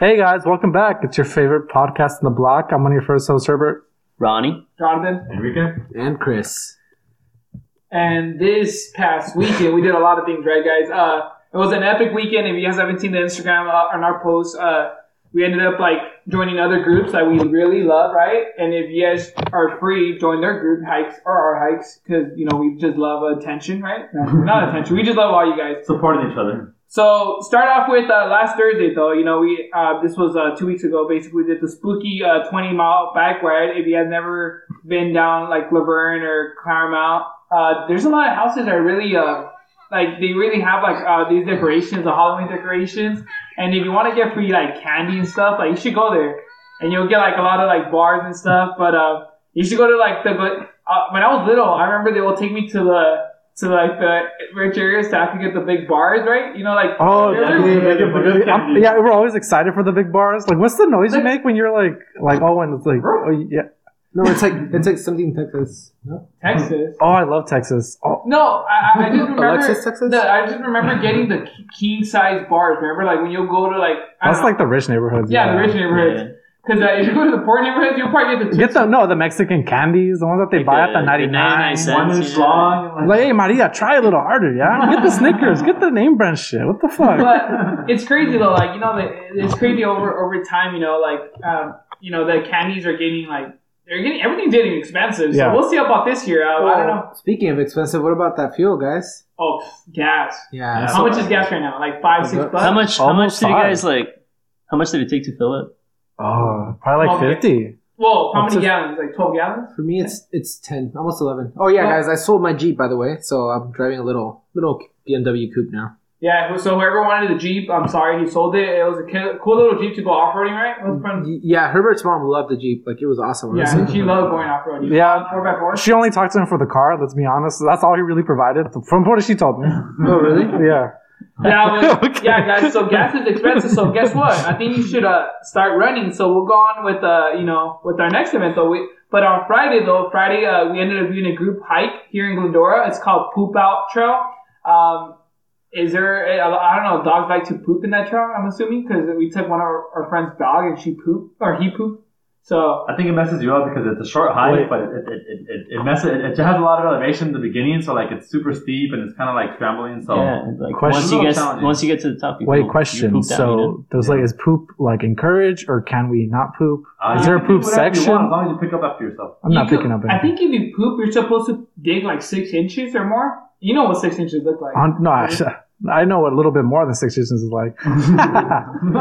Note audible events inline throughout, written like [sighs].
Hey guys, welcome back. It's your favorite podcast in the block. I'm one of your first hosts, Herbert. Ronnie. Jonathan. Enrique? And Chris. And this past weekend, we did a lot of things, right, guys? Uh, it was an epic weekend. If you guys haven't seen the Instagram uh, on our posts, uh, we ended up like joining other groups that we really love, right? And if you guys are free, join their group hikes or our hikes because you know we just love attention, right? No, not attention. We just love all you guys. Supporting each other. So start off with uh, last Thursday, though. You know, we uh, this was uh, two weeks ago. Basically, we did the spooky uh, twenty mile bike ride. If you have never been down like Laverne or Claremont, uh, there's a lot of houses that are really uh, like they really have like uh, these decorations, the Halloween decorations. And if you want to get free like candy and stuff, like you should go there, and you'll get like a lot of like bars and stuff. But uh, you should go to like the. But uh, when I was little, I remember they will take me to the to like the rich areas to have to get the big bars, right? You know, like Oh, they're- yeah, yeah, yeah. Good I'm- candy. yeah, we're always excited for the big bars. Like, what's the noise you make when you're like, like, oh, and it's like, oh, yeah. No, it's like it's like something Texas. No, Texas. Oh, I love Texas. Oh, No, I, I- I just remember. Alexis, Texas? the- I just remember getting the king size bars. Remember, like when you go to like I that's don't know. like the rich neighborhoods. yeah, the rich neighborhoods. Because uh, if you go to the poor neighborhoods, you'll probably get the Get the no, the Mexican candies, the ones that they Like buy the- at the the 99. 99 cent. One inch long. Like, hey Maria, try a little harder, yeah. Get the Snickers, get the name brand shit. What the [laughs] fuck? [laughs] but it's crazy though. Like you know, the- it's crazy over over time. You know, like um, you know, the candies are getting like they're getting everything's getting expensive. So Yeah. we'll see about this year. Uh, I don't Oh. know. Speaking of expensive, what about that fuel, guys? Oh, gas. Yeah. How much is gas right now? Like five, six bucks. How much? How much Almost did you five. guys like? How much did it take to fill it? Oh, probably like Okay. 50. Whoa, how What's many this- gallons? Like twelve gallons? For me, it's it's ten, almost eleven. Oh yeah, Well- guys, I sold my Jeep by the way, so I'm driving a little little BMW coupe now. Yeah. who- So whoever wanted the Jeep, I'm sorry, he sold it. It was a ki- cool little Jeep to go off roading, right? It was fun. Y- Yeah, Herbert's mom loved the Jeep, like it was awesome. Yeah, [laughs] honestly. she loved going off roading. Yeah. Four by four. She only talked to him for the car. Let's be honest. That's all he really provided. From what she [laughs] told me. Oh [laughs] really? Yeah. Yeah, well, Okay. yeah, guys. So gas is expensive. So guess what? I think you should uh, start running. So we'll go on with uh, you know, with our next event though. We, but on Friday though, Friday uh, we ended up doing a group hike here in Glendora. It's called Poop Out Trail. Um, is there? I don't know. Dogs like to poop in that trail. I'm assuming because we took one of our, our friend's dog and she pooped or he pooped. So I think it messes you up because it's a short hike, Wait. but it it, it, it, it messes. It, it has a lot of elevation in the beginning, so like it's super steep and it's kind of like scrambling. So yeah, like Question- once you guys, Challenging. once you get to the top, you Wait, poop- you question. poop down, so you know? there's like, is poop like encouraged or can we not poop? uh, Is you there a can do poop whatever you section? want, as long as you pick up after yourself. I'm you not could- picking up I anything. think if you poop, you're supposed to dig like six inches or more. You know what six inches look like. [laughs] On- no, I, I know a little bit more than six inches is like. Wait,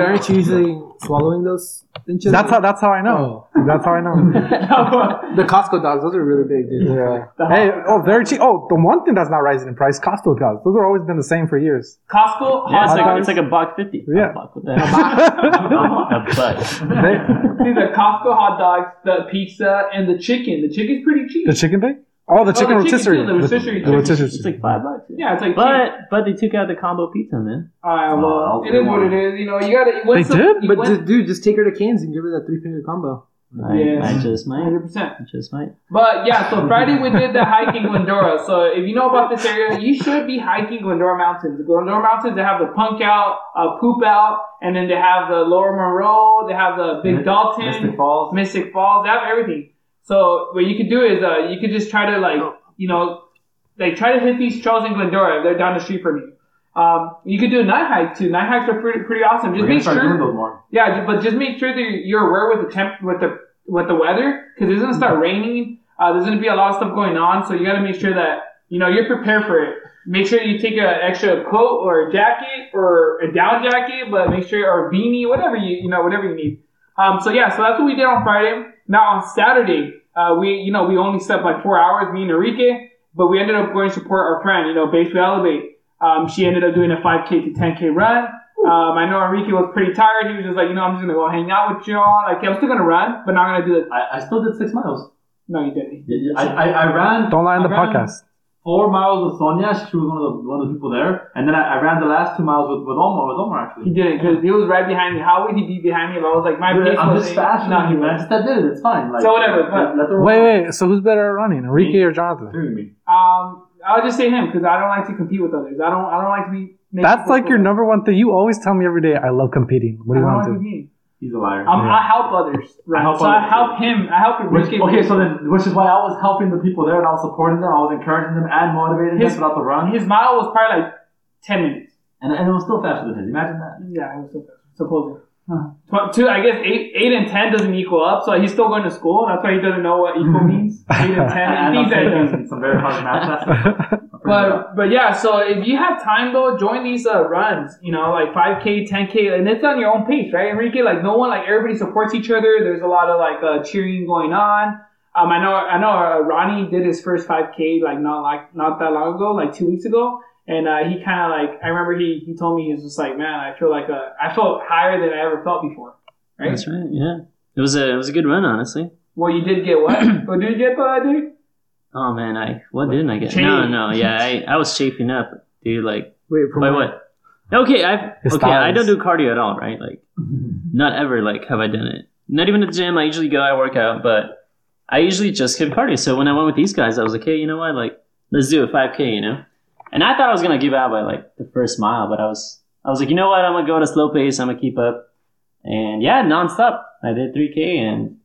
aren't you usually swallowing those inches? that's how. That's how I know. That's how I know. uh, The Costco dogs, those are really big, dude. Yeah. Hey. Oh, very cheap. Oh, the one thing that's not rising in price: Costco dogs. Those have always been the same for years. Costco. Yeah, it's hot like, dogs. it's like a buck fifty. Yeah. a buck, what the hell? [laughs] a buck. They, See the Costco hot dogs, the pizza, and the chicken. The chicken's pretty cheap. the chicken pig. Oh, the the chicken chicken rotisserie. too, the rotisserie The chicken. rotisserie. It's like five bucks. Yeah. yeah, it's like cheap. But but they took out the combo pizza, man. Alright, well, Oh, it is what it is. You know, you gotta. They did? But just, dude, just take her to Canes and give her that three finger combo. I, Yes. I just might. Hundred percent. I just might. But yeah, [laughs] so Friday we did the hiking Glendora. So if you know about this area, you should be hiking Glendora Mountains. The Glendora Mountains, they have the Punk Out, uh, Poop Out, and then they have the Lower Monroe. They have the Big Mi- Dalton. Mystic Falls. Mystic Falls. They have everything. So what you could do is uh, you could just try to Oh. like you know like try to hit these trails in Glendora. if They're down the street from you. Um, you could do a night hike too. Night hikes are pretty pretty awesome. Just We're gonna make start doing sure, those more. yeah, ju- but just make sure that you're aware with the temp with the with the weather because it's gonna start raining. Uh, there's gonna be a lot of stuff going on, so you gotta make sure that you know you're prepared for it. Make sure you take an extra coat or a jacket or a down jacket, but make sure or a beanie, whatever you you know whatever you need. Um, so yeah, so that's what we did on Friday. Now on Saturday, uh, we you know we only slept like four hours, me and Enrique, but we ended up going to support our friend, you know, Basically Elevate. Um, she ended up doing a 5K to 10K run. Um, I know Enrique was pretty tired. He was just like, you know, I'm just gonna go hang out with y'all. Like I'm still gonna run, but not gonna do it. I, I still did six miles. No, you didn't. I, I, I ran. Don't lie on I the ran podcast. Four miles with Sonia. She was one of the one of the people there, and then I, I ran the last two miles with with Omar. With Omar He actually. didn't because he was right behind me. How would he be behind me if I was like my Dude, pace I'm was just faster No, than he you, man. I was. just I did it. It's fine. Like, So whatever, let- let the Wait, wait. So who's better at running, Enrique or Jonathan? Agree with me. Um, I'll just say him because I don't like to compete with others. I don't. I don't like to be. make That's people like feel your bad. number one thing. You always tell me every day, I love competing. What do I you don't want to like to do? be. He's a liar. I'm, I help others. Right. help so I others. help him. I help him. Which, Ricky. okay, so then, which is why I was helping the people there and I was supporting them, I was encouraging them and motivating His- them throughout the run, his mile was probably like ten minutes. and, and it was still faster than his. Imagine that. Yeah, I was so- supposedly. Tw- Two, I guess eight, eight and ten doesn't equal up. So he's still going to school. That's why he doesn't know what equal means. Eight and ten. And These I'm ideas. taking some very hard math classes. But but yeah, so if you have time though, join these uh, runs. You know, like five k, ten k, and it's on your own pace, right, Enrique? Like no one, like everybody supports each other. There's a lot of like uh, cheering going on. Um, I know I know uh, Ronnie did his first five k like not like not that long ago, like two weeks ago, and uh, he kind of like I remember he he told me he was just like, man, I feel like uh, I felt higher than I ever felt before. Right. That's right. Yeah. It was a it was a good run, honestly. Well, you did get [clears throat] what? what did you get, uh, dude? Oh man, I what didn't I get? Chafe. No, no, yeah, I, I was chafing up, dude. Like Wait, for by my- what? Okay, I His okay, I don't thighs. do cardio at all, right? [laughs] Like not ever like have I done it. Not even at the gym. I usually go, I work out, but I usually just skip cardio. So when I went with these guys, I was like, hey, you know what? Like let's do a 5K, you know. And I thought I was gonna give out by like the first mile, but I was I was like, you know what? I'm gonna go at a slow pace. I'm gonna keep up, and yeah, nonstop. I did 3K, and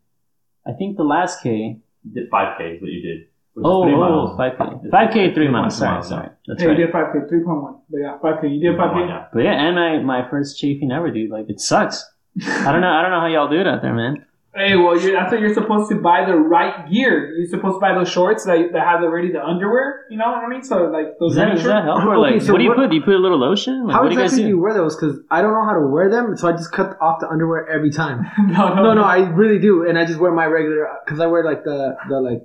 I think the last K. You did 5K is what you did. Which Oh, is three oh, miles. 5K. 5K, three miles. Sorry, sorry. That's Yeah, right. you did five k, three point one. But yeah, five k. You did five k. Yeah. But yeah, and my, my first chafing ever, dude. Like it sucks. I don't know. I don't know how y'all do it out there, man. Hey, well, you're, that's what you're supposed to buy the right gear. You're supposed to buy those shorts that, that have already the underwear. You know what I mean? So like those Does that, running does shorts. [laughs] that help? Or Okay, like, so what do you what- put? Do you put a little lotion? Like, How what do you guys exactly do you do? wear those? Because I don't know how to wear them, so I just cut off the underwear every time. no, No, no, I really do, and I just wear my regular because I wear like the the like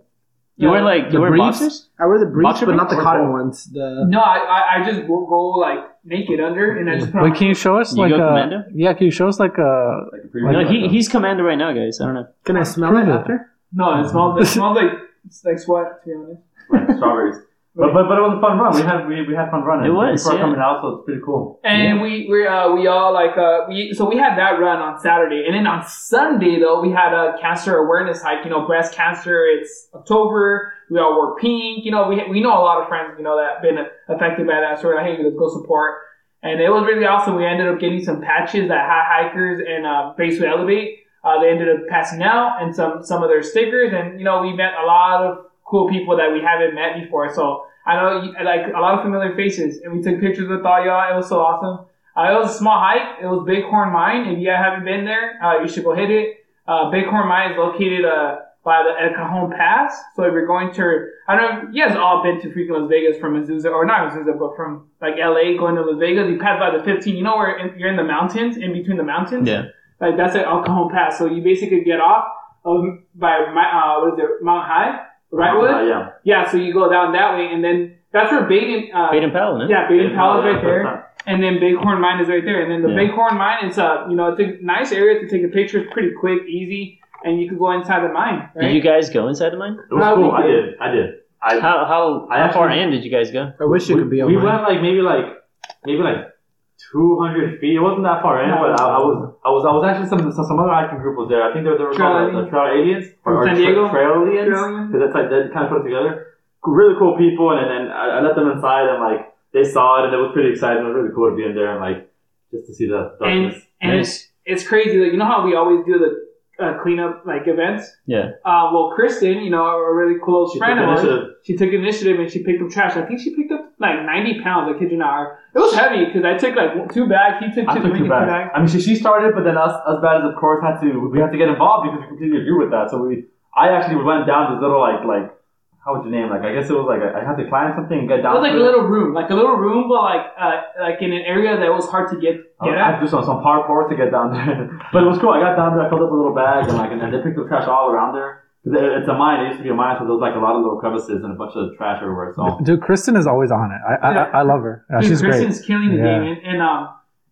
You wear like you the wear briefs? boxers? I wear the briefs, Boxer but not the briefs or cotton both? ones. The No, I, I, I just go, go like naked under and I just put on. Wait, can you show us You like go a commando? yeah? Can you show us like a Like a Like- previous no, he, he's commander right now, guys. I don't know. can I smell it Prove it. after? No, it smells. It smells like it's like sweat. To be honest. like strawberries. But, but, but it was a fun run. We had we, we had fun running. It was, Before yeah. coming out, so it's pretty cool. And we we uh, we all like uh we so we had that run on Saturday and then on Sunday though we had a cancer awareness hike you know breast cancer it's October we all wore pink you know we we know a lot of friends you know that been affected by that so we're like hey let's go support and it was really awesome we ended up getting some patches that high hikers and uh, base with elevate uh, they ended up passing out and some some of their stickers and you know we met a lot of cool people that we haven't met before so. I know, you- like a lot of familiar faces, and we took pictures with all y'all. It was so awesome. Uh, it was a small hike. It was Bighorn Mine. If you guys haven't been there, uh, you should go hit it. Uh, Bighorn Mine is located uh, by the El Cajon Pass. So if you're going to, I don't know, you guys all been to freaking Las Vegas from Azusa, or not Azusa, but from like LA going to Las Vegas. You pass by the 15. You know where in, you're in the mountains, in between the mountains. Yeah. Like that's at El Cajon Pass. So you basically get off of, by my, uh, what is it, Mount High, Rightwood. Uh, yeah. Yeah, so you go down that way, and then that's where Baden. Uh, Baden Powell, no? Yeah, Baden Powell is right Yeah. there, and then Bighorn Mine is right there, and then the Yeah. Bighorn Mine is uh, you know, it's a nice area to take a picture. It's pretty quick, easy, and you can go inside the mine, Did right? you guys go inside the mine? It was Uh, we cool. I did. did. I did. I, How how, I how far actually- in did you guys go? I wish it could be on we mine. went like maybe like maybe like 200 feet. It wasn't that far in, but I, I was I was I was actually some some, some other hiking group was there. I think they were, they were called the, the Trail Aliens From or, San tra- Diego? Trail Aliens Trailians. because that's like they kind of put it together. Really cool people, and and I, I let them inside, and like they saw it, and it was pretty exciting. It was really cool to be in there and like just to see the and darkness. and Nice. it's, it's crazy. Like you know how we always do the uh, cleanup like events. Yeah. Uh, well, Kristen, you know, a really close She took friend of ours, initiative. she took initiative and she picked up trash. I think she picked up like 90 pounds. I kid you not. It was heavy because I took like two bags. He took I two, took Ricky, two bags. I mean, she, she started, but then us, us baddies, of course, had to we had to get involved because we completely agree with that. So we, I actually went down this little like like how would you name like I guess it was like I, I had to climb something and get It down. was like to a little room, like a little room, but like uh, like in an area that was hard to get I Oh, get at. had to do some, some hardcore to get down there, [laughs] but it was cool. I got down there, I filled up a little bag, and like and then they picked up trash all around there. 'Cause it- It's a mine. It used to be a mine, so there was like a lot of little crevices and a bunch of trash everywhere. [laughs] Oh. So dude? Kristen is always on it. I I, I, I love her. Yeah, Dude, she's great. Kristen's killing the Yeah. game, and, and um,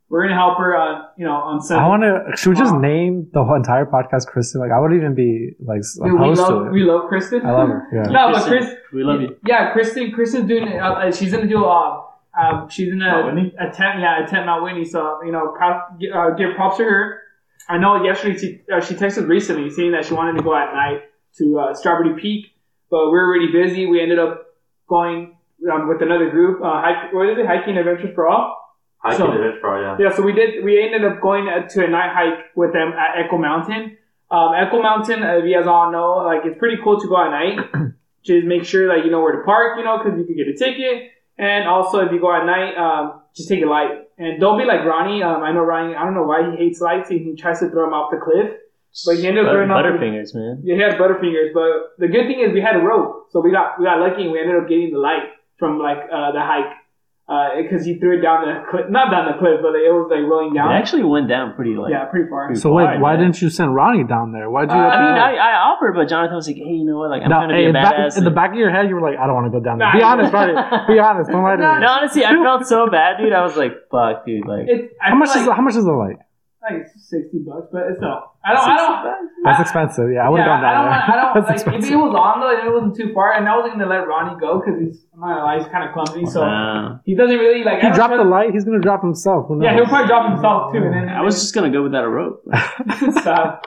we're gonna help her, uh, you know, on set. I want to. Should we just Wow. name the whole entire podcast Kristen? Like, I would even be like s- Dude, we opposed love to we it. love Kristen. I love [laughs] her. Yeah. No, but Oh, Kristen, Chris- we love you. Yeah, Kristen. Kristen's doing. it, Uh, uh, she's gonna do. Uh, um, she's Mount gonna Whitney? attempt. Yeah, attempt Mount Whitney. So you know, props, gi- uh, give props to her. I know yesterday she uh, she texted recently saying that she wanted to go at night to uh, Strawberry Peak, but we were already busy. We ended up going um, with another group. Uh, hike, what is it? Hiking Adventures for All. Hiking So- so, it for yeah. Yeah, so we did. We ended up going uh, to a night hike with them at Echo Mountain. Um, Echo Mountain, as you guys all know, like it's pretty cool to go at [clears throat] night. just make sure that you know where to park, you know, because you could get a ticket. And also, if you go at night, um, just take a light and don't be like Ronnie. Um, I know Ronnie. I don't know why he hates lights. He, he tries to throw them off the cliff. But you end up Butter, throwing off- Butterfingers, man. Yeah, he had Butterfingers, but the good thing is we had a rope, so we got we got lucky and we ended up getting the light from like uh, the hike because he threw it down the cliff, not down the cliff, but it was like rolling It down. actually went down pretty like. yeah, pretty far. pretty So wait, hard, why man. didn't you send Ronnie down there? Why'd you? I have to- mean, I, I offered, but Jonathan was like, "Hey, you know what? Like, I'm Now, trying to be hey, a back- badass." in the and- back of your head, you were like, "I don't want to go down there." Nah, Be I- honest, Ronnie. Be honest. Don't lie to me. No, honestly, I felt so bad, dude. I was like, "Fuck, dude!" Like, It, I How much feel is like, how much is the light? like sixty bucks? But it's no, I don't, I don't. That's expensive. Yeah, I would Yeah, have gone I down there. don't. [laughs] want- I don't. That's Like, expensive. if it was on though, and it wasn't too far, and I wasn't gonna let Ronnie go because he's, I'm not gonna lie, he's kind of clumsy, so uh, he doesn't really like. I He don't dropped the trust- light. He's gonna drop himself. Who Yeah, knows? he'll probably drop himself too. And then I was just gonna go without a rope. so,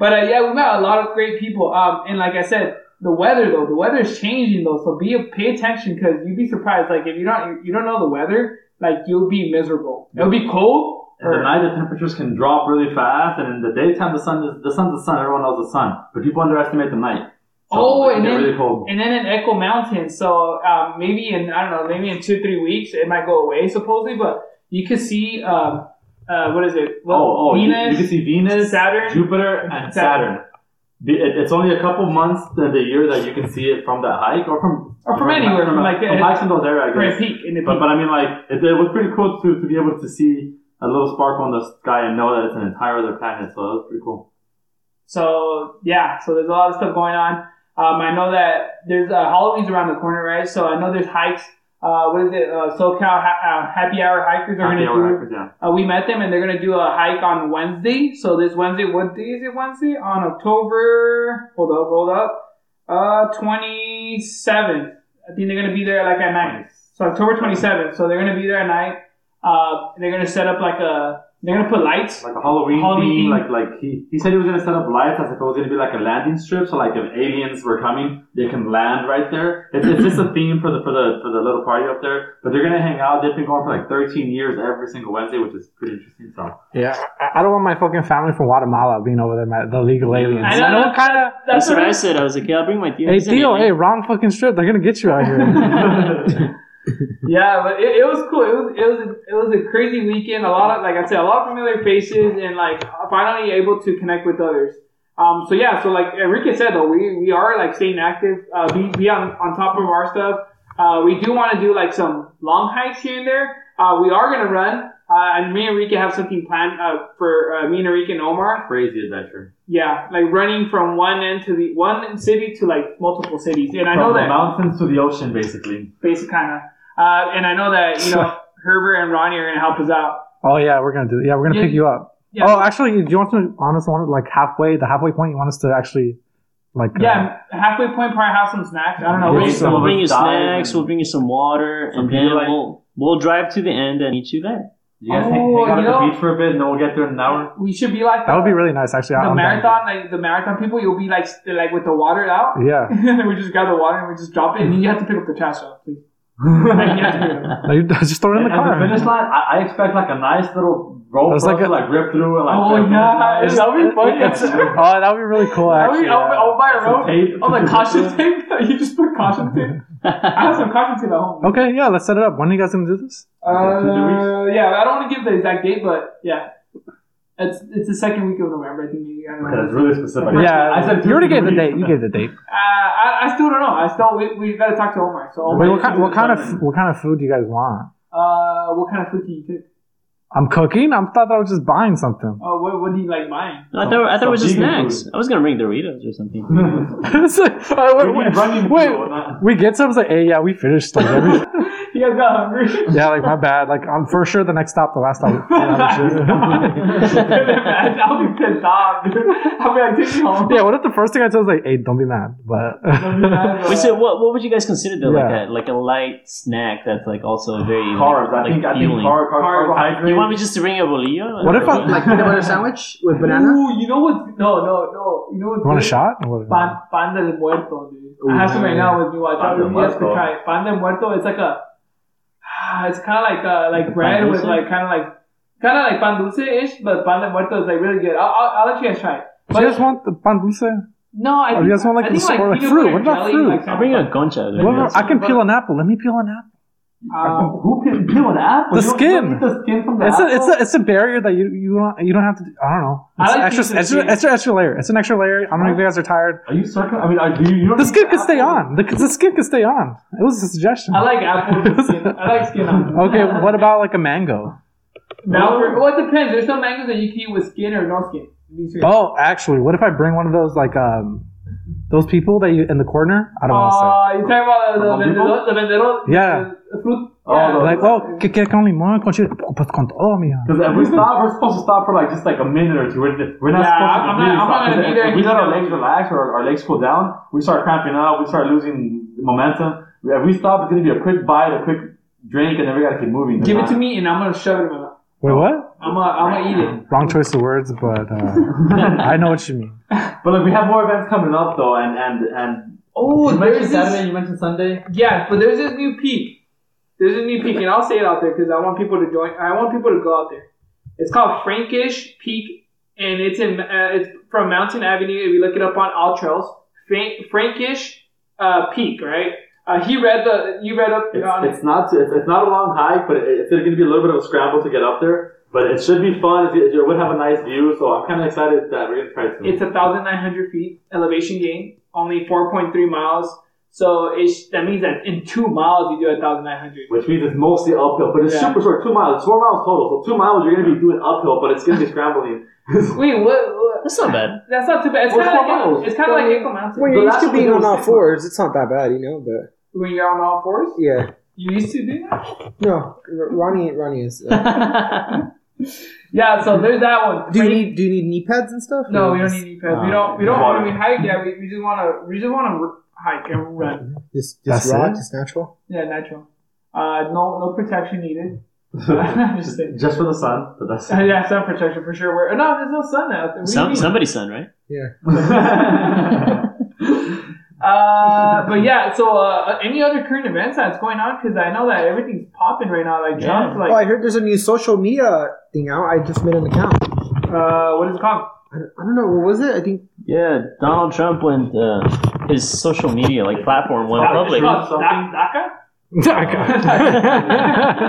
but uh, yeah, we met a lot of great people. Um, and like I said, the weather though, the weather is changing though, so be pay attention because you'd be surprised. Like if you don't you don't know the weather, like you'll be miserable. It'll be cold. In the night, the temperatures can drop really fast, and in the daytime, the sun is the sun's the sun. Everyone knows the sun, but people underestimate the night. Oh, it can and get then- really cold. And then in Echo Mountain, so um, maybe in I don't know, maybe in two three weeks it might go away supposedly, but you could see um, uh, what is it? Well, oh, oh, you- You, Venus. can see Venus, Saturn, Jupiter, Saturn. and Saturn. The- it- It's only a couple months in the year that you can see it from that hike, or from Or from anywhere, from like- from hikes in those areas. for I a guess. peak in the But peak. but I mean, like it, it was pretty cool to to be able to see a little sparkle in the sky and know that it's an entire other planet. So that was pretty cool. So yeah, so there's a lot of stuff going on. Um, I know that there's uh, Halloween's around the corner, right? So I know there's hikes. Uh, what is it? Uh, SoCal ha- uh, Happy Hour hikers are Happy gonna hour do. hikers, yeah. Uh, we met them and they're gonna do a hike on Wednesday. So this Wednesday, what day is it? Wednesday on October. Hold up, hold up. Uh, 27th. I think they're gonna be there like at night. So October 27th. So they're gonna be there at night. Uh, they're gonna set up like a. They're gonna put lights. like a Halloween, Halloween theme. theme. Like like he, he said he was gonna set up lights as if it was gonna be like a landing strip. So like if aliens were coming, they can land right there. It's, it's just [laughs] a theme for the for the for the little party up there. But they're gonna hang out. They've been going for like 13 years every single Wednesday, which is pretty interesting. So Yeah, I- I don't want my fucking family from Guatemala being over there, man. The legal aliens. Mm, I what know kind of. That's what it is. I said. I was like, "Yeah, I'll bring my Theo." Hey He's an Theo, hey, alien. wrong fucking strip. They're gonna get you out here. [laughs] Yeah, but it, it was cool. It was it was a, it was a crazy weekend. A lot of like I said, a lot of familiar faces, and like finally able to connect with others. Um, so yeah, so like Enrique said though, we, we are like staying active, uh, be, be on, on top of our stuff. Uh, we do want to do like some long hikes here and there. Uh, we are gonna run. Uh, and me and Enrique have something planned uh, for uh, me and Enrique and Omar. crazy adventure. Yeah, like running from one end to the one city to like multiple cities. And I know From the that mountains to the ocean, basically. basic kind of. Uh, and I know that [laughs] you know Herbert and Ronnie are gonna help us out. oh yeah, we're gonna do. Yeah, we're gonna Yeah. pick you up. Yeah, Oh, actually, do you want to honest want it, like halfway the halfway point? You want us to actually like uh, yeah. Halfway point, probably have some snacks. I don't know. Bring We'll- We'll, some we'll bring of you us dive snacks. and- We'll bring you some water, Some and then Pedialyte. we'll we'll drive to the end and meet you there. You guys hang, Oh, you hang out at the know- beach for a bit, and then we'll get there in an [laughs] hour. We should be like That would be really nice, actually. the I'm down. marathon, like the marathon people. You'll be like st- like with the water out. Yeah. we just grab the water [laughs] and we just drop it, and you have to pick up the trash out. please. [laughs] Like, [laughs] you have to pick it up. No, you [laughs] just throw it in And, the and the car. finish line, I, I expect like a nice little rope That's like a- to like rip through and like. Oh the finish yeah, [laughs] line. it's that'll be funny. [laughs] actually. [laughs] oh, that would be really cool. That'll Actually, be- I'll, I'll buy a rope. tape. Oh, like caution tape. [laughs] you just put caution [laughs] tape. I have some caution tape at home. okay, yeah, let's set it up. When are you guys gonna do this? Okay, two weeks. Uh, yeah, I don't want to give the exact date, but yeah, it's it's the second week of November. I think maybe I don't Okay, that's know. really specific. Yeah, I said you already gave the two date. weeks. You gave the date. Uh, I, I still don't know. I still we we gotta talk to Omar. So Omar, Wait, what you kind, should what do kind something. of what kind of food do you guys want? uh what kind of food do you cook? I'm cooking. I thought I was just buying something. [laughs] Oh, what what do you like buying? [laughs] No, I thought I thought it was just Some vegan snacks. food. I was gonna bring Doritos or something. It's like, uh, wait, We need wait, running wait. people, not- we get some. It's like, hey, yeah, we finished like everything. you You guys got hungry. [laughs] [laughs] Yeah, like my bad. Like I'm for sure the next stop, the last stop. [laughs] [laughs] Imagine, I'll be pissed off, dude. I'll be like, take me [laughs] home. yeah, what if the first thing I said was like, "Hey, don't be mad," but [laughs] Wait, so what, what would you guys consider though? Yeah. Like a like a light snack that's like also very like, Carbs. I like, think. I think fueling. car, car, Carbs. carbohydrates. You want me just to bring a bolillo? What if I- [laughs] Like peanut butter sandwich with banana. Ooh, you know what? No, no, no. You know what? you want a shot? Or what? Pan, pan del muerto, dude. I have some right now with me. Watch Pan out. del You guys could muerto. try it. Pan del muerto. It's like a. [sighs] ah, It's kind of like uh, like Pan bread with dulce? like kind of like kind of like pan dulce ish, but pan del muerto is like really good. I'll, I'll, I'll let you guys try it. Do But you guys want the pan dulce? no, I Oh, think, you guys want, like, I think the sort of peanut fruit? butter What about jelly, fruit? like, I'll bring a concha. There. Well, I That's- can peel an apple. Let me peel an apple. um, Who can peel an apple? The You don't- skin. you don't eat the skin from the It's a, apple. it's a it's a barrier that you you don't you don't have to. do- I don't know. I It's like extra, pieces of extra, cheese. extra extra layer. It's an extra layer. I don't know if you guys are tired. Are you circum? I mean, are, do you, you don't The eat skin could stay on. apple? The, the skin could stay on. It was a suggestion. I like apple with skin. I like skin on. it. [laughs] okay, what about like a mango? Now, for, well, it depends. There's some mangoes that you can eat with skin or no skin. Be serious. Oh, actually, what if I bring one of those like um those people that you in the corner? I don't want Uh, you talking about the Como vendedor, the vendedor? Yeah. The fruit. Oh, yeah. to say. the- Like, oh, que quieres con limón, con chile, pues con todo, mija. Because if we stop, we're supposed to stop for like just like a minute or two. We're, we're not Yeah, supposed to I'm not- really I'm stop. not gonna 'Cause be if- there If we let our either. legs relax or our legs cool down, we start cramping out. We start losing momentum. If we stop, it's gonna be a quick bite, a quick drink, and then we gotta keep moving. Give it to me and I'm gonna shove it in my mouth. Wait, what? I'm gonna, I'm gonna eat it. Wrong choice of words, but uh, [laughs] I know what you mean. But like we have more events coming up though, and and and Oh, you mentioned there's Saturday, this. you mentioned Sunday. Yeah, but there's this new peak. There's a new peak, and I'll say it out there because I want people to join. I want people to go out there. It's called Frankish Peak, and it's in uh, it's from Mountain Avenue. If you look it up on all trails, Frank, Frankish uh, Peak, right? Uh, he read the you read up It's, on it. it's not it's, it's not a long hike, but it, it's going to be a little bit of a scramble to get up there. But it should be fun. It, it would have a nice view, so I'm kind of excited that we're going to try it soon. It's a thousand nine hundred feet elevation gain, only four point three miles. So it's, that means that in two miles you do a thousand nine hundred. which means it's mostly uphill, but it's Yeah. super short, two miles, it's four miles total. So two miles you're gonna be doing uphill, but it's gonna be scrambling. Wait, what? what? That's not bad. That's not too bad. It's What's kind of four like miles? it's kind of like Echo Mountain. When The you're used last to one being was on all six fours, it's not that bad, you know. But When you're on all fours, yeah, you used to do that. no, R- Ronnie, Ronnie is. uh, [laughs] Yeah. So there's that one. do you Frank- need do you need knee pads and stuff? No, Or we don't just- need knee pads. we don't. We don't. When we hike, yeah, we, we just want to. We just want to hike and run. Just just That's raw, it? just natural. Yeah, natural. Uh, no, no protection needed. [laughs] I'm just saying. [laughs] [laughs] Just for the sun, but that's [laughs] Uh, yeah, sun protection for sure. We're, no, there's no sun out there. What do you Some, mean? somebody's son, right? Uh, but yeah, so uh, any other current events that's going on? Because I know that everything's popping right now. Like, John's oh, I like, heard there's a new social media thing out. I just made an account. uh, what is it called? I don't, I don't know what was it. I think Yeah, Donald Trump went uh, his social media like platform went public. It's called Da- DACA? [laughs] Yeah,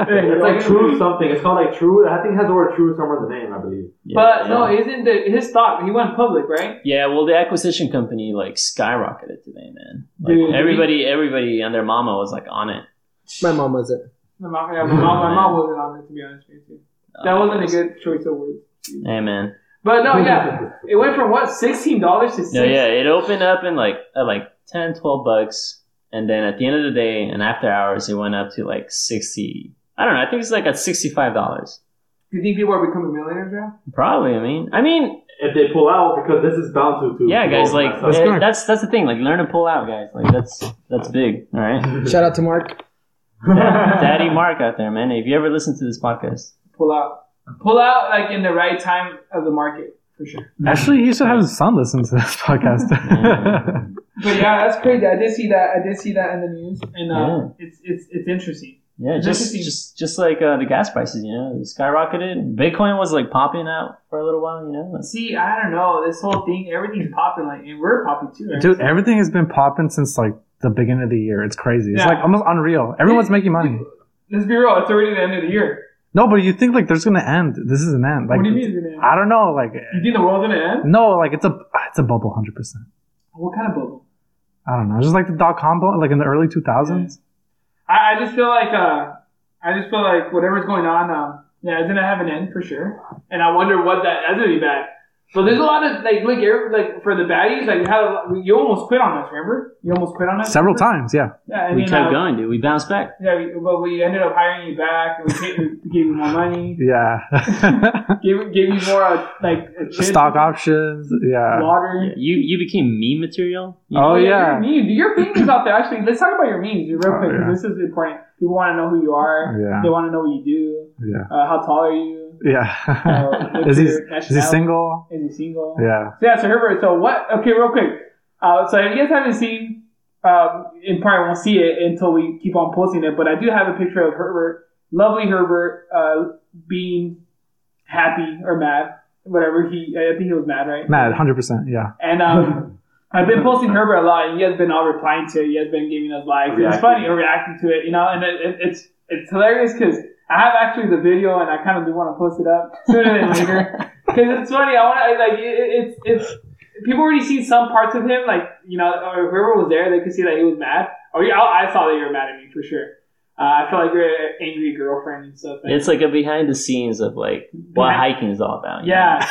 it's like true something. It's called like true. I think it has the word true somewhere in the name, I believe. But no, yeah. isn't the, his stock? He went public, right? yeah, well, the acquisition company like skyrocketed today, man. Like, Dude. everybody, everybody and their mama was like on it. my mom was it. My mom, yeah, my mom, my mom wasn't on it to be honest with you. Ah. That wasn't a good choice of words. Uh, Hey, man. But no, yeah, it went from what sixteen dollars to six. No, yeah, it opened up in like at like 10, 12 bucks, and then at the end of the day and after hours, it went up to like sixty. I don't know. I think it's like at sixty-five dollars. Do you think people are becoming millionaires now? Probably. I mean, I mean, If they pull out, because this is bound to, to Yeah, to guys, go like mess up. eh, that's that's the thing. Like, learn to pull out, guys. Like, that's that's big. All [laughs] right, Shout out to Mark. Daddy Mark out there, man. If you ever listen to this podcast, Pull out, pull out like in the right time of the market for sure. Actually, he should have his son listen to this [laughs] podcast. But yeah, that's crazy. I did see that. I did see that in the news, and uh, Yeah. it's it's it's interesting. yeah, just Interesting. just just like uh, the gas prices, you know, they skyrocketed. Bitcoin was like popping out for a little while, you know. That's- See, I don't know this whole thing. Everything's popping, like, and we're popping too. Right? Dude, everything has been popping since like the beginning of the year. It's crazy. It's Yeah. like almost unreal. Everyone's making money. Let's be real. It's already the end of the year. No, but you think like there's gonna end. This is an end. Like what do you mean? it's gonna end? I don't know. Like You think the world's gonna end? no, like it's a it's a bubble, hundred percent. What kind of bubble? I don't know. Just like the dot com bubble, like in the early two thousands. I, I just feel like uh, I just feel like whatever's going on, um, yeah, it's gonna have an end for sure. And I wonder what that that's gonna be bad. But there's a lot of like like air, like for the baddies like you had a, lot- you almost quit on us remember you almost quit on us Several remember? times, yeah. yeah and We then, kept uh, going, dude. We bounced back. yeah we, but we ended up hiring you back and we, paid, we gave you more money [laughs] Yeah. gave, gave you more uh, like uh, chips, Stock options, yeah. water You you became meme material. You- Oh, yeah. Your meme, your meme is out there. Actually, let's talk about your memes dude, real Oh, quick 'cause yeah. this is important. People want to know who you are. Yeah. They want to know what you do. Yeah. Uh, how tall [laughs] are you? [laughs] Uh, Yeah. is what's he your is he nationality? single? Is he single? Yeah. So yeah, so Herbert, so what? Okay, real quick. Uh, so if you guys haven't seen, um, in part won't see it until we keep on posting it, but I do have a picture of Herbert, lovely Herbert, uh, being happy or mad, whatever he. I think he was mad, right? Mad, hundred percent, yeah. And um, I've been posting Herbert a lot, and he has been all replying to it. He has been giving us likes. and It's funny, Reacting. or reacting to it, you know. And it, it, it's it's hilarious because I have actually the video, and I kind of do want to post it up sooner than later because it's funny. I want to like it, it- it's it's people already seen some parts of him, like you know, or whoever was there, they could see that he was mad. Or you- I, I saw that you were mad at me for sure. Uh, I feel like you're an angry girlfriend and stuff. and- It's like a behind the scenes of like what Behind- hiking is all about. you know? yeah.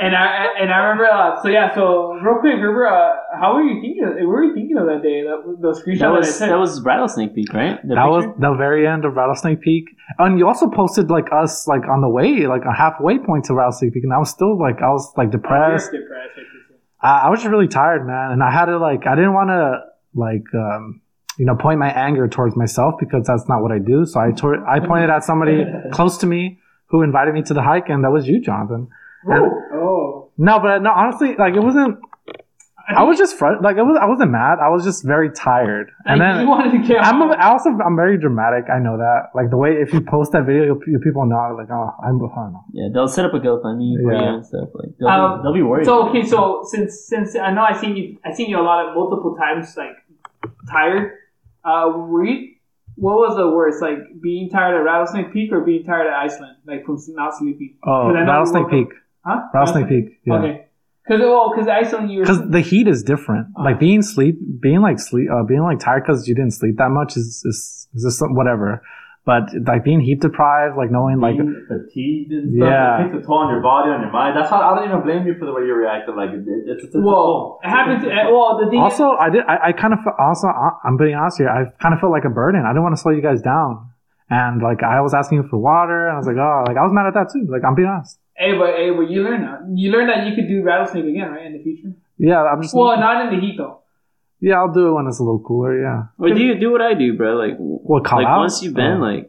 and I and I remember uh, so yeah so real quick remember uh, how were you thinking of, what were you thinking of that day that the That screenshot that, was I that took was rattlesnake peak, right? The That was picture? the very end of Rattlesnake Peak. And you also posted like us like on the way, like a halfway point to Rattlesnake Peak, and I was still like I was like depressed. You're depressed, I think so. I, I was just really tired, man, and I had to like I didn't want to like um, you know point my anger towards myself because that's not what I do. So I tor- I pointed at [laughs] somebody close to me who invited me to the hike, and that was you, Jonathan. oh No, but no, honestly, like it wasn't. I was just front, like it was. I wasn't mad. I was just very tired, and Like, you then. wanted to get I'm a, I also I'm very dramatic. I know that. Like the way if you post that video, you'll, you people know. Like oh, I'm behind. yeah. They'll set up a GoFundMe for you Yeah. and stuff. Like they'll, Um, be, they'll be worried. so okay so since since I know I seen you I seen you a lot of multiple times like tired uh were you what was the worst like being tired at Rattlesnake Peak or being tired at Iceland like from not sleeping Oh, But I know rattlesnake you woke peak, huh rattlesnake peak. Yeah. okay because well because Iceland you were because the heat is different. Uh-huh. Like being sleep, being like sleep, uh, being like tired because you didn't sleep that much is is, is just some- whatever. But like being heat deprived, like knowing like Being fatigued and stuff. Yeah. It takes a toll on your body, on your mind. That's why I don't even blame you for the way you reacted. Like, it, it, it's, it's a Well, toll. it happened to. Well, the thing is- also I did I, I kind of fe- also I- I'm being honest here. I kind of felt like a burden. I didn't want to slow you guys down, and like I was asking you for water, and I was like oh like I was mad at that too. Like I'm being honest. Hey, but hey, but you learn that. You learn that you could do rattlesnake again, right, in the future. Yeah, I'm just Well, not in the heat though. yeah I'll do it when it's a little cooler. Yeah, or do you do what I do, bro? Like what call like out? once you've been Oh. like.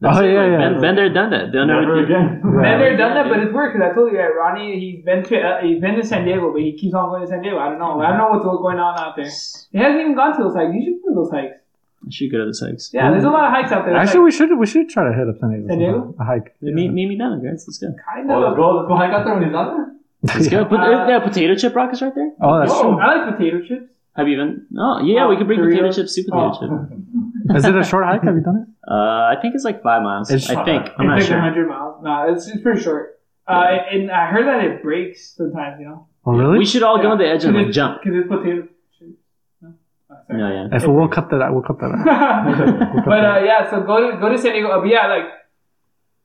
that's Oh, it, yeah, like, yeah. Been, been there, done that. Done [laughs] Never everything. [laughs] again. Right. Man, Never they've done that, Yeah, but dude. it's weird because I told you, right, Ronnie, he's been to uh, he's been to San Diego, but he keeps on going to San Diego. I don't know. I don't know what's going on out there. He hasn't even gone to those hikes. You should go to those hikes. I should go to the hikes. Yeah, there's a lot of hikes out there. It's Actually, we like should we should try to hit up San Diego. San Diego? sometime. A hike. Meet, meet me down, guys. Let's go. kind Well, of. let's go. Let's go hike out there when he's out there. [laughs] Let's go. Put Uh, that potato chip rockets right there. Oh, that's Whoa, I like potato chips. Have you been? Oh, yeah, we Oh, could bring Doritos? potato chips, super potato Oh. chip. is it a short hike? Have you done it? Uh, I think it's like five miles. It's- I think. I'm it's not like sure. 100 miles. No, it's, it's pretty short. Uh, and I heard that it breaks sometimes. You know, Oh really? We should all go on the edge and like Because- jump. because it's potato chips. No? Oh, sorry. No, yeah. If [laughs] we'll cut that out, we'll cut that out. [laughs] but uh, yeah, so go to go to San Diego. Uh, But yeah, like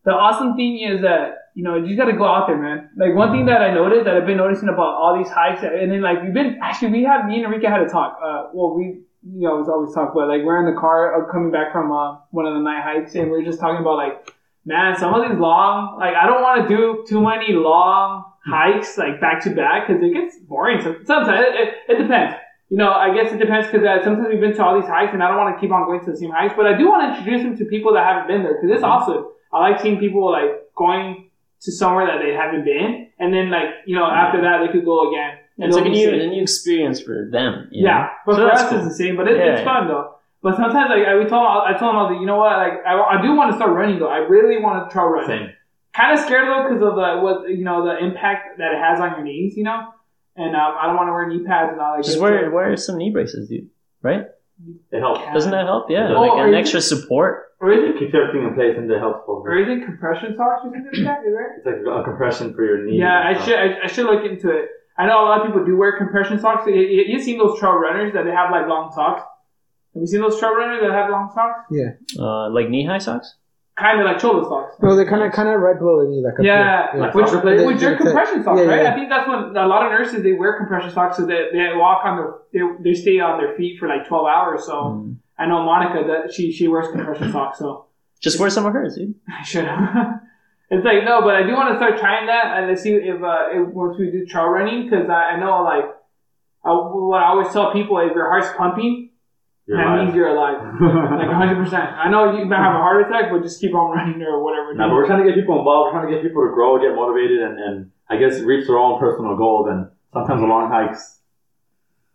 the awesome thing is that you know you just got to go out there, man. Like one thing that I noticed that I've been noticing about all these hikes, and then like we've been actually we had me and Enrique had a talk. Uh, well, we you know always always talk, but like we're in the car uh, coming back from uh, one of the night hikes, and we are just talking about like man, some of these long like I don't want to do too many long hikes like back to back because it gets boring. some- Sometimes it, it, it depends you know, I guess it depends because uh, sometimes we've been to all these hikes and I don't want to keep on going to the same hikes, but I do want to introduce them to people that haven't been there because Mm-hmm. it's awesome. I like seeing people like going to somewhere that they haven't been and then like, you know, after that they could go again. And Mm-hmm. It's like it'll a be new, safe. a new experience for them. you know? Yeah, but So for that's us cool. it's the same. But it, Yeah, it's yeah. fun though. But sometimes like I we told him, I told him I was like, you know what, like I, I do want to start running though. I really want to try running. Same. Kind of scared though because of the what you know the impact that it has on your knees, you know. And um, I don't want to wear knee pads and all that. Just good wear stuff. wear some knee braces, dude. Right? It helps. Doesn't that help? Yeah, Oh, like are an you- extra support. Or is it It keeps everything in place and it helps. both. Or is it compression socks or something like that? Right? It's like a compression for your knee. Yeah, I should I, I should look into it. I know a lot of people do wear compression socks. You, you, you've seen those trail runners that they have like long socks. Have you seen those trail runners that have long socks? Uh, like knee high socks. kind of like cholo socks. No, they're kind of kind of right below the knee, like up Yeah, here. Like which, soccer But they- which are they- compression socks, yeah, right? yeah. I think that's what a lot of nurses they wear compression socks so that they walk on their they, they stay on their feet for like twelve hours. So I know Monica that she she wears compression socks, so Just wear some of hers, dude. I should. [laughs] it's like no, but I do want to start trying that and let's see if uh if, once we do trail running because I, I know like I, what I always tell people if your heart's pumping You're that lying. [laughs] means you're alive. Like 100%. I know you might have a heart attack, but just keep on [laughs] running or whatever. No, but we're trying to get people involved. We're trying to get people to grow, get motivated, and, and I guess reach their own personal goals. And sometimes the long hikes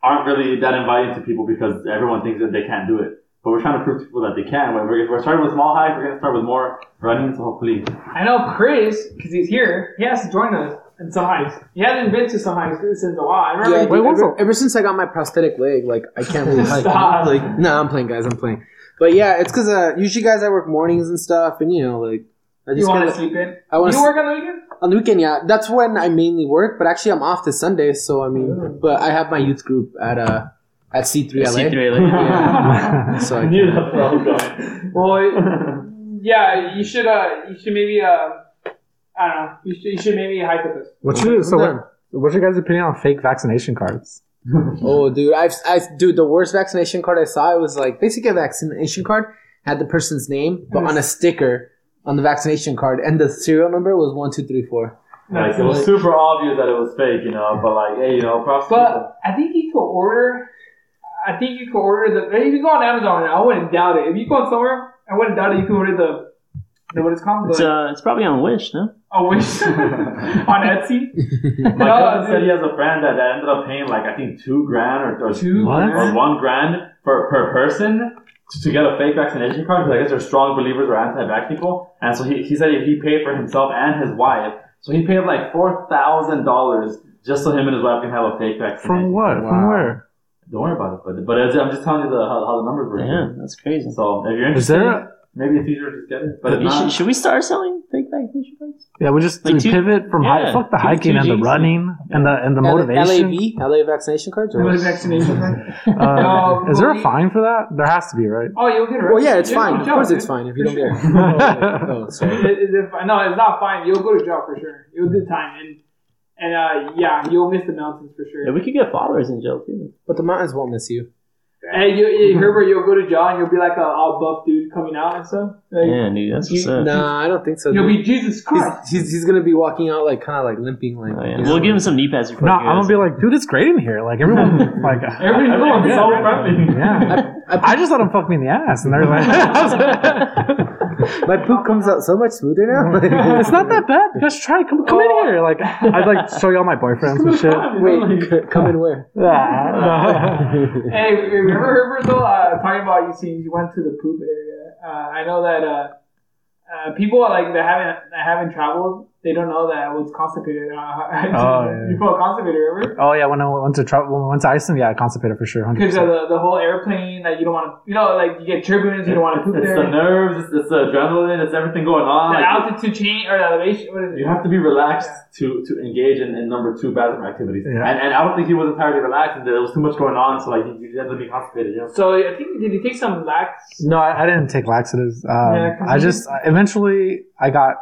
aren't really that inviting to people because everyone thinks that they can't do it. But we're trying to prove to people that they can. When we're, we're starting with small hikes, we're going to start with more running. So hopefully, I know Chris, because he's here, he has to join us in some hikes. He hasn't been to some hikes since a while. I remember Yeah, he- dude, ever, ever since I got my prosthetic leg, like I can't really hike. Stop. [laughs] Like, no, I'm playing, guys. I'm playing. But yeah, it's because uh, usually, guys, I work mornings and stuff, and you know, like I you just want kind to of sleep in. I want you to work on the weekend? on the weekend. Yeah, that's when I mainly work. But actually, I'm off this Sunday, so I mean, Oh. but I have my youth group at uh at C3LA. C3LA. [laughs] Yeah. so I knew can, that's where I was going. Well, it- yeah, you should. Uh, you should maybe. Uh, I don't know. You should, you should maybe hike with us. What's your so done. what, what's your guys' opinion on fake vaccination cards? Oh, dude, I've, I, dude, the worst vaccination card I saw it was like basically a vaccination card had the person's name, but on a sticker on the vaccination card, and the serial number was one two three four. Like, it was super obvious that it was fake, you know. But like, hey, you know, props to people. But I think you could order. I think you could order the. If you go on Amazon, I wouldn't doubt it. If you go somewhere, I wouldn't doubt it. You could order the. the what it's called? [laughs] It's, The, uh, it's probably on Wish, no? a [laughs] wish on Etsy. [laughs] My No, cousin said dude. he has a friend that, that ended up paying like I think two grand or, or Two What? or grand? one grand per, per person to get a fake vaccination card because I guess they're strong believers or anti-vax people. And so he, he said he paid for himself and his wife. So he paid like four thousand dollars just so him and his wife can have a fake From vaccination. what? From Wow. where? Don't worry about it, but but it's- I'm just telling you the, how, how the numbers were. Damn, that's crazy. So if you're Is interested, there? A, maybe it's easier to just get it. But if You not, should, should we start selling fake vaccination cards? yeah, we just Like we two- pivot from hi- yeah, fuck the two- hiking two and the Gs. running and the and the motivation. LAV, LA vaccination cards. Or Another vaccination card. Uh, No, is there a believe- fine for that? There has to be, right? Oh, you'll get arrested. Well, yeah, it's You'll go fine. to Of jail, course, dude. it's fine if you don't get. For sure. Oh, sorry. It- it- it's fine. no, it's not fine. You'll go to jail for sure. You'll do time, and and uh, yeah, you'll miss the mountains for sure. Yeah, we could get followers in jail too. But the mountains won't miss you. Hey, you, you, Herbert, you'll go to jail and you'll be like a all buff dude coming out and stuff. Like, Yeah, dude, that's what's up. Nah, I don't think so. You'll dude. be Jesus Christ. he's, he's, he's gonna be walking out like kind of like limping, like. Oh, yeah. you know, We'll give him some knee pads before No, he goes. I'm gonna be like, dude, it's great in here. Like [laughs] everyone, like Everybody's everyone's going so yeah. friendly. yeah. I, I just let them fuck me in the ass, and they're like, [laughs] my poop comes out so much smoother [laughs] [laughs] now. it's not that bad. Just try, it. come, come in here. Like I'd like show you all my boyfriends and [laughs] [laughs] shit. [laughs] Wait, c- come and where? Ah, no. Hey, remember Herbert though? Uh, talking about you see, you went to the poop area. Uh, I know that uh, uh, people like that haven't that haven't traveled. They don't know that I was constipated. Uh, [laughs] Oh, yeah. You felt constipated, Herbert? Oh yeah, when I went to travel, when I went to Iceland, yeah, I constipated for sure. 100%. Because of the, the whole airplane, like you don't want to, you know, like you get turbulence, you don't want to poop It's there. the nerves, it's, it's the adrenaline, it's everything going on. the Like, altitude change or the elevation. What is it? You have to be relaxed to, to engage in, in number two bathroom activities. Yeah. And, and I don't think he was entirely relaxed, and there was too much going on, so like he, he ended up being constipated. You know? So I think did you take some lax? No, I, I didn't take laxatives. Um, Yeah, 'cause I you- just I- eventually I got.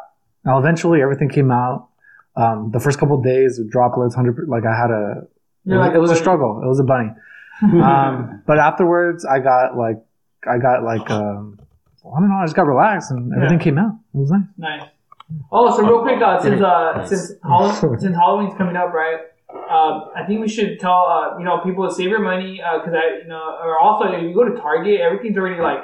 Now eventually everything came out. Um, the first couple of days, droplets, hundred like I had a. It You're was, like it was a buddy. struggle. It was a [laughs] bunny. [laughs] Um, but afterwards, I got like I got like um, I don't know. I just got relaxed and everything came out. It was nice. Nice. Oh, so real quick, uh, since uh, since Halloween, since Halloween's coming up, right? Uh, I think we should tell uh, you know people to save your money because I you know or also if you go to Target, everything's already like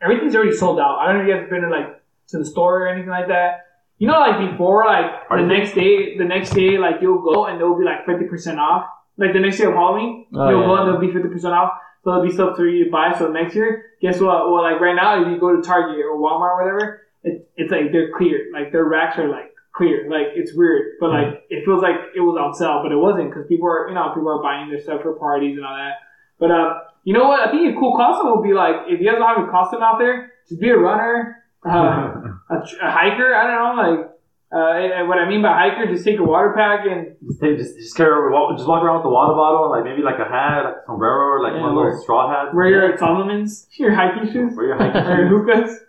everything's already sold out. I don't know if you guys have been to like to the store or anything like that. You know, like before, like the Target. next day, the next day, like you'll go and they'll be like fifty percent off. Like the next day of Halloween, Oh, you'll go yeah. and they'll be fifty percent off. So it'll be stuff for you to buy. So next year, guess what? Well, like right now, if you go to Target or Walmart or whatever, it, it's like they're clear. Like their racks are like clear. Like it's weird, but like it feels like it was on sale, but it wasn't because people are you know people are buying their stuff for parties and all that. But uh, you know what? I think a cool costume would be like if you guys don't have a costume out there, just be a runner, uh, a, tr- a hiker. I don't know, like. Uh, and- and what I mean by hiker, just take a water pack and Just, take- just, just carry around- walk, just walk around with a water bottle, like maybe like a hat, like a sombrero, like Yeah, one of wear- those straw hats. wear [laughs] your Solomon's, your hiking shoes, [laughs] Wear or your your [laughs] hiking shoes. hookahs.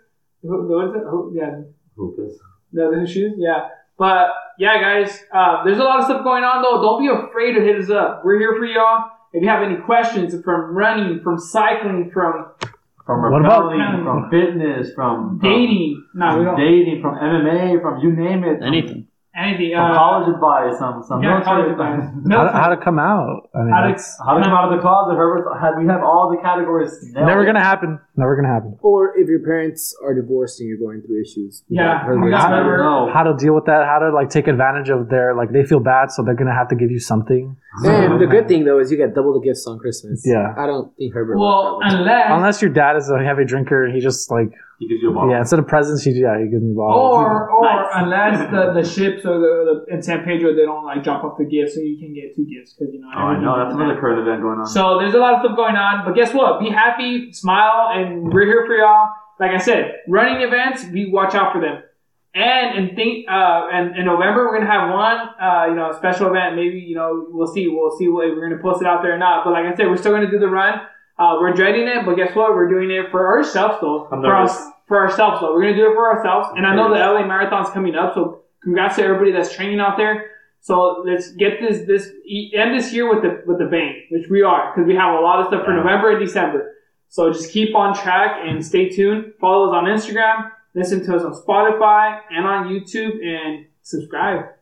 Who, what is it? Who, yeah, Lucas. the, the shoes. Yeah, but yeah, guys, uh, there's a lot of stuff going on though. Don't be afraid to hit us up. We're here for y'all. If you have any questions from running, from cycling, from From What about- rebelling, from fitness, from, from dating, no, we from don't dating, from MMA, from you name it, from, Anything. anything. from Uh, college advice, some some yeah, college military advice. How No, to, how to come out? I mean, that's- Alex, How to come out of the closet, Herbert? Had we have all the categories? nailed. never gonna happen. Never gonna happen. Or if your parents are divorced and you're going through issues. you Yeah. got her- We got I don't Herbert. know. How to deal with that? How to like take advantage of their like they feel bad, so they're gonna have to give you something. And the good thing though is you get double the gifts on Christmas. Yeah. I don't think Herbert. well, would have that unless Unless your dad is a heavy drinker, and he just like He gives you a ball. yeah, instead of presents, he yeah he gives me bottles. or or [laughs] Nice. unless the, the ships or the, the in San Pedro they don't like drop off the gifts, so you can get two gifts because you know. Oh, I know. That's everything- another current event going on. So there's a lot of stuff going on, but guess what? Be happy, smile, and we're here for y'all. Like I said, running events, be watch out for them. And in think uh, and in November we're gonna have one uh, you know special event. Maybe you know we'll see we'll see what we're gonna post it out there or not. But like I said, we're still gonna do the run. Uh, we're dreading it, but guess what? We're doing it for ourselves though. I'm for nervous. us for ourselves though. We're gonna do it for ourselves. And I know the Okay. LA marathon's coming up, so congrats to everybody that's training out there. So let's get this this end this year with the with the bang, which we are because we have a lot of stuff for Yeah. November and December. So just keep on track and stay tuned. Follow us on Instagram, listen to us on Spotify and on YouTube, and subscribe.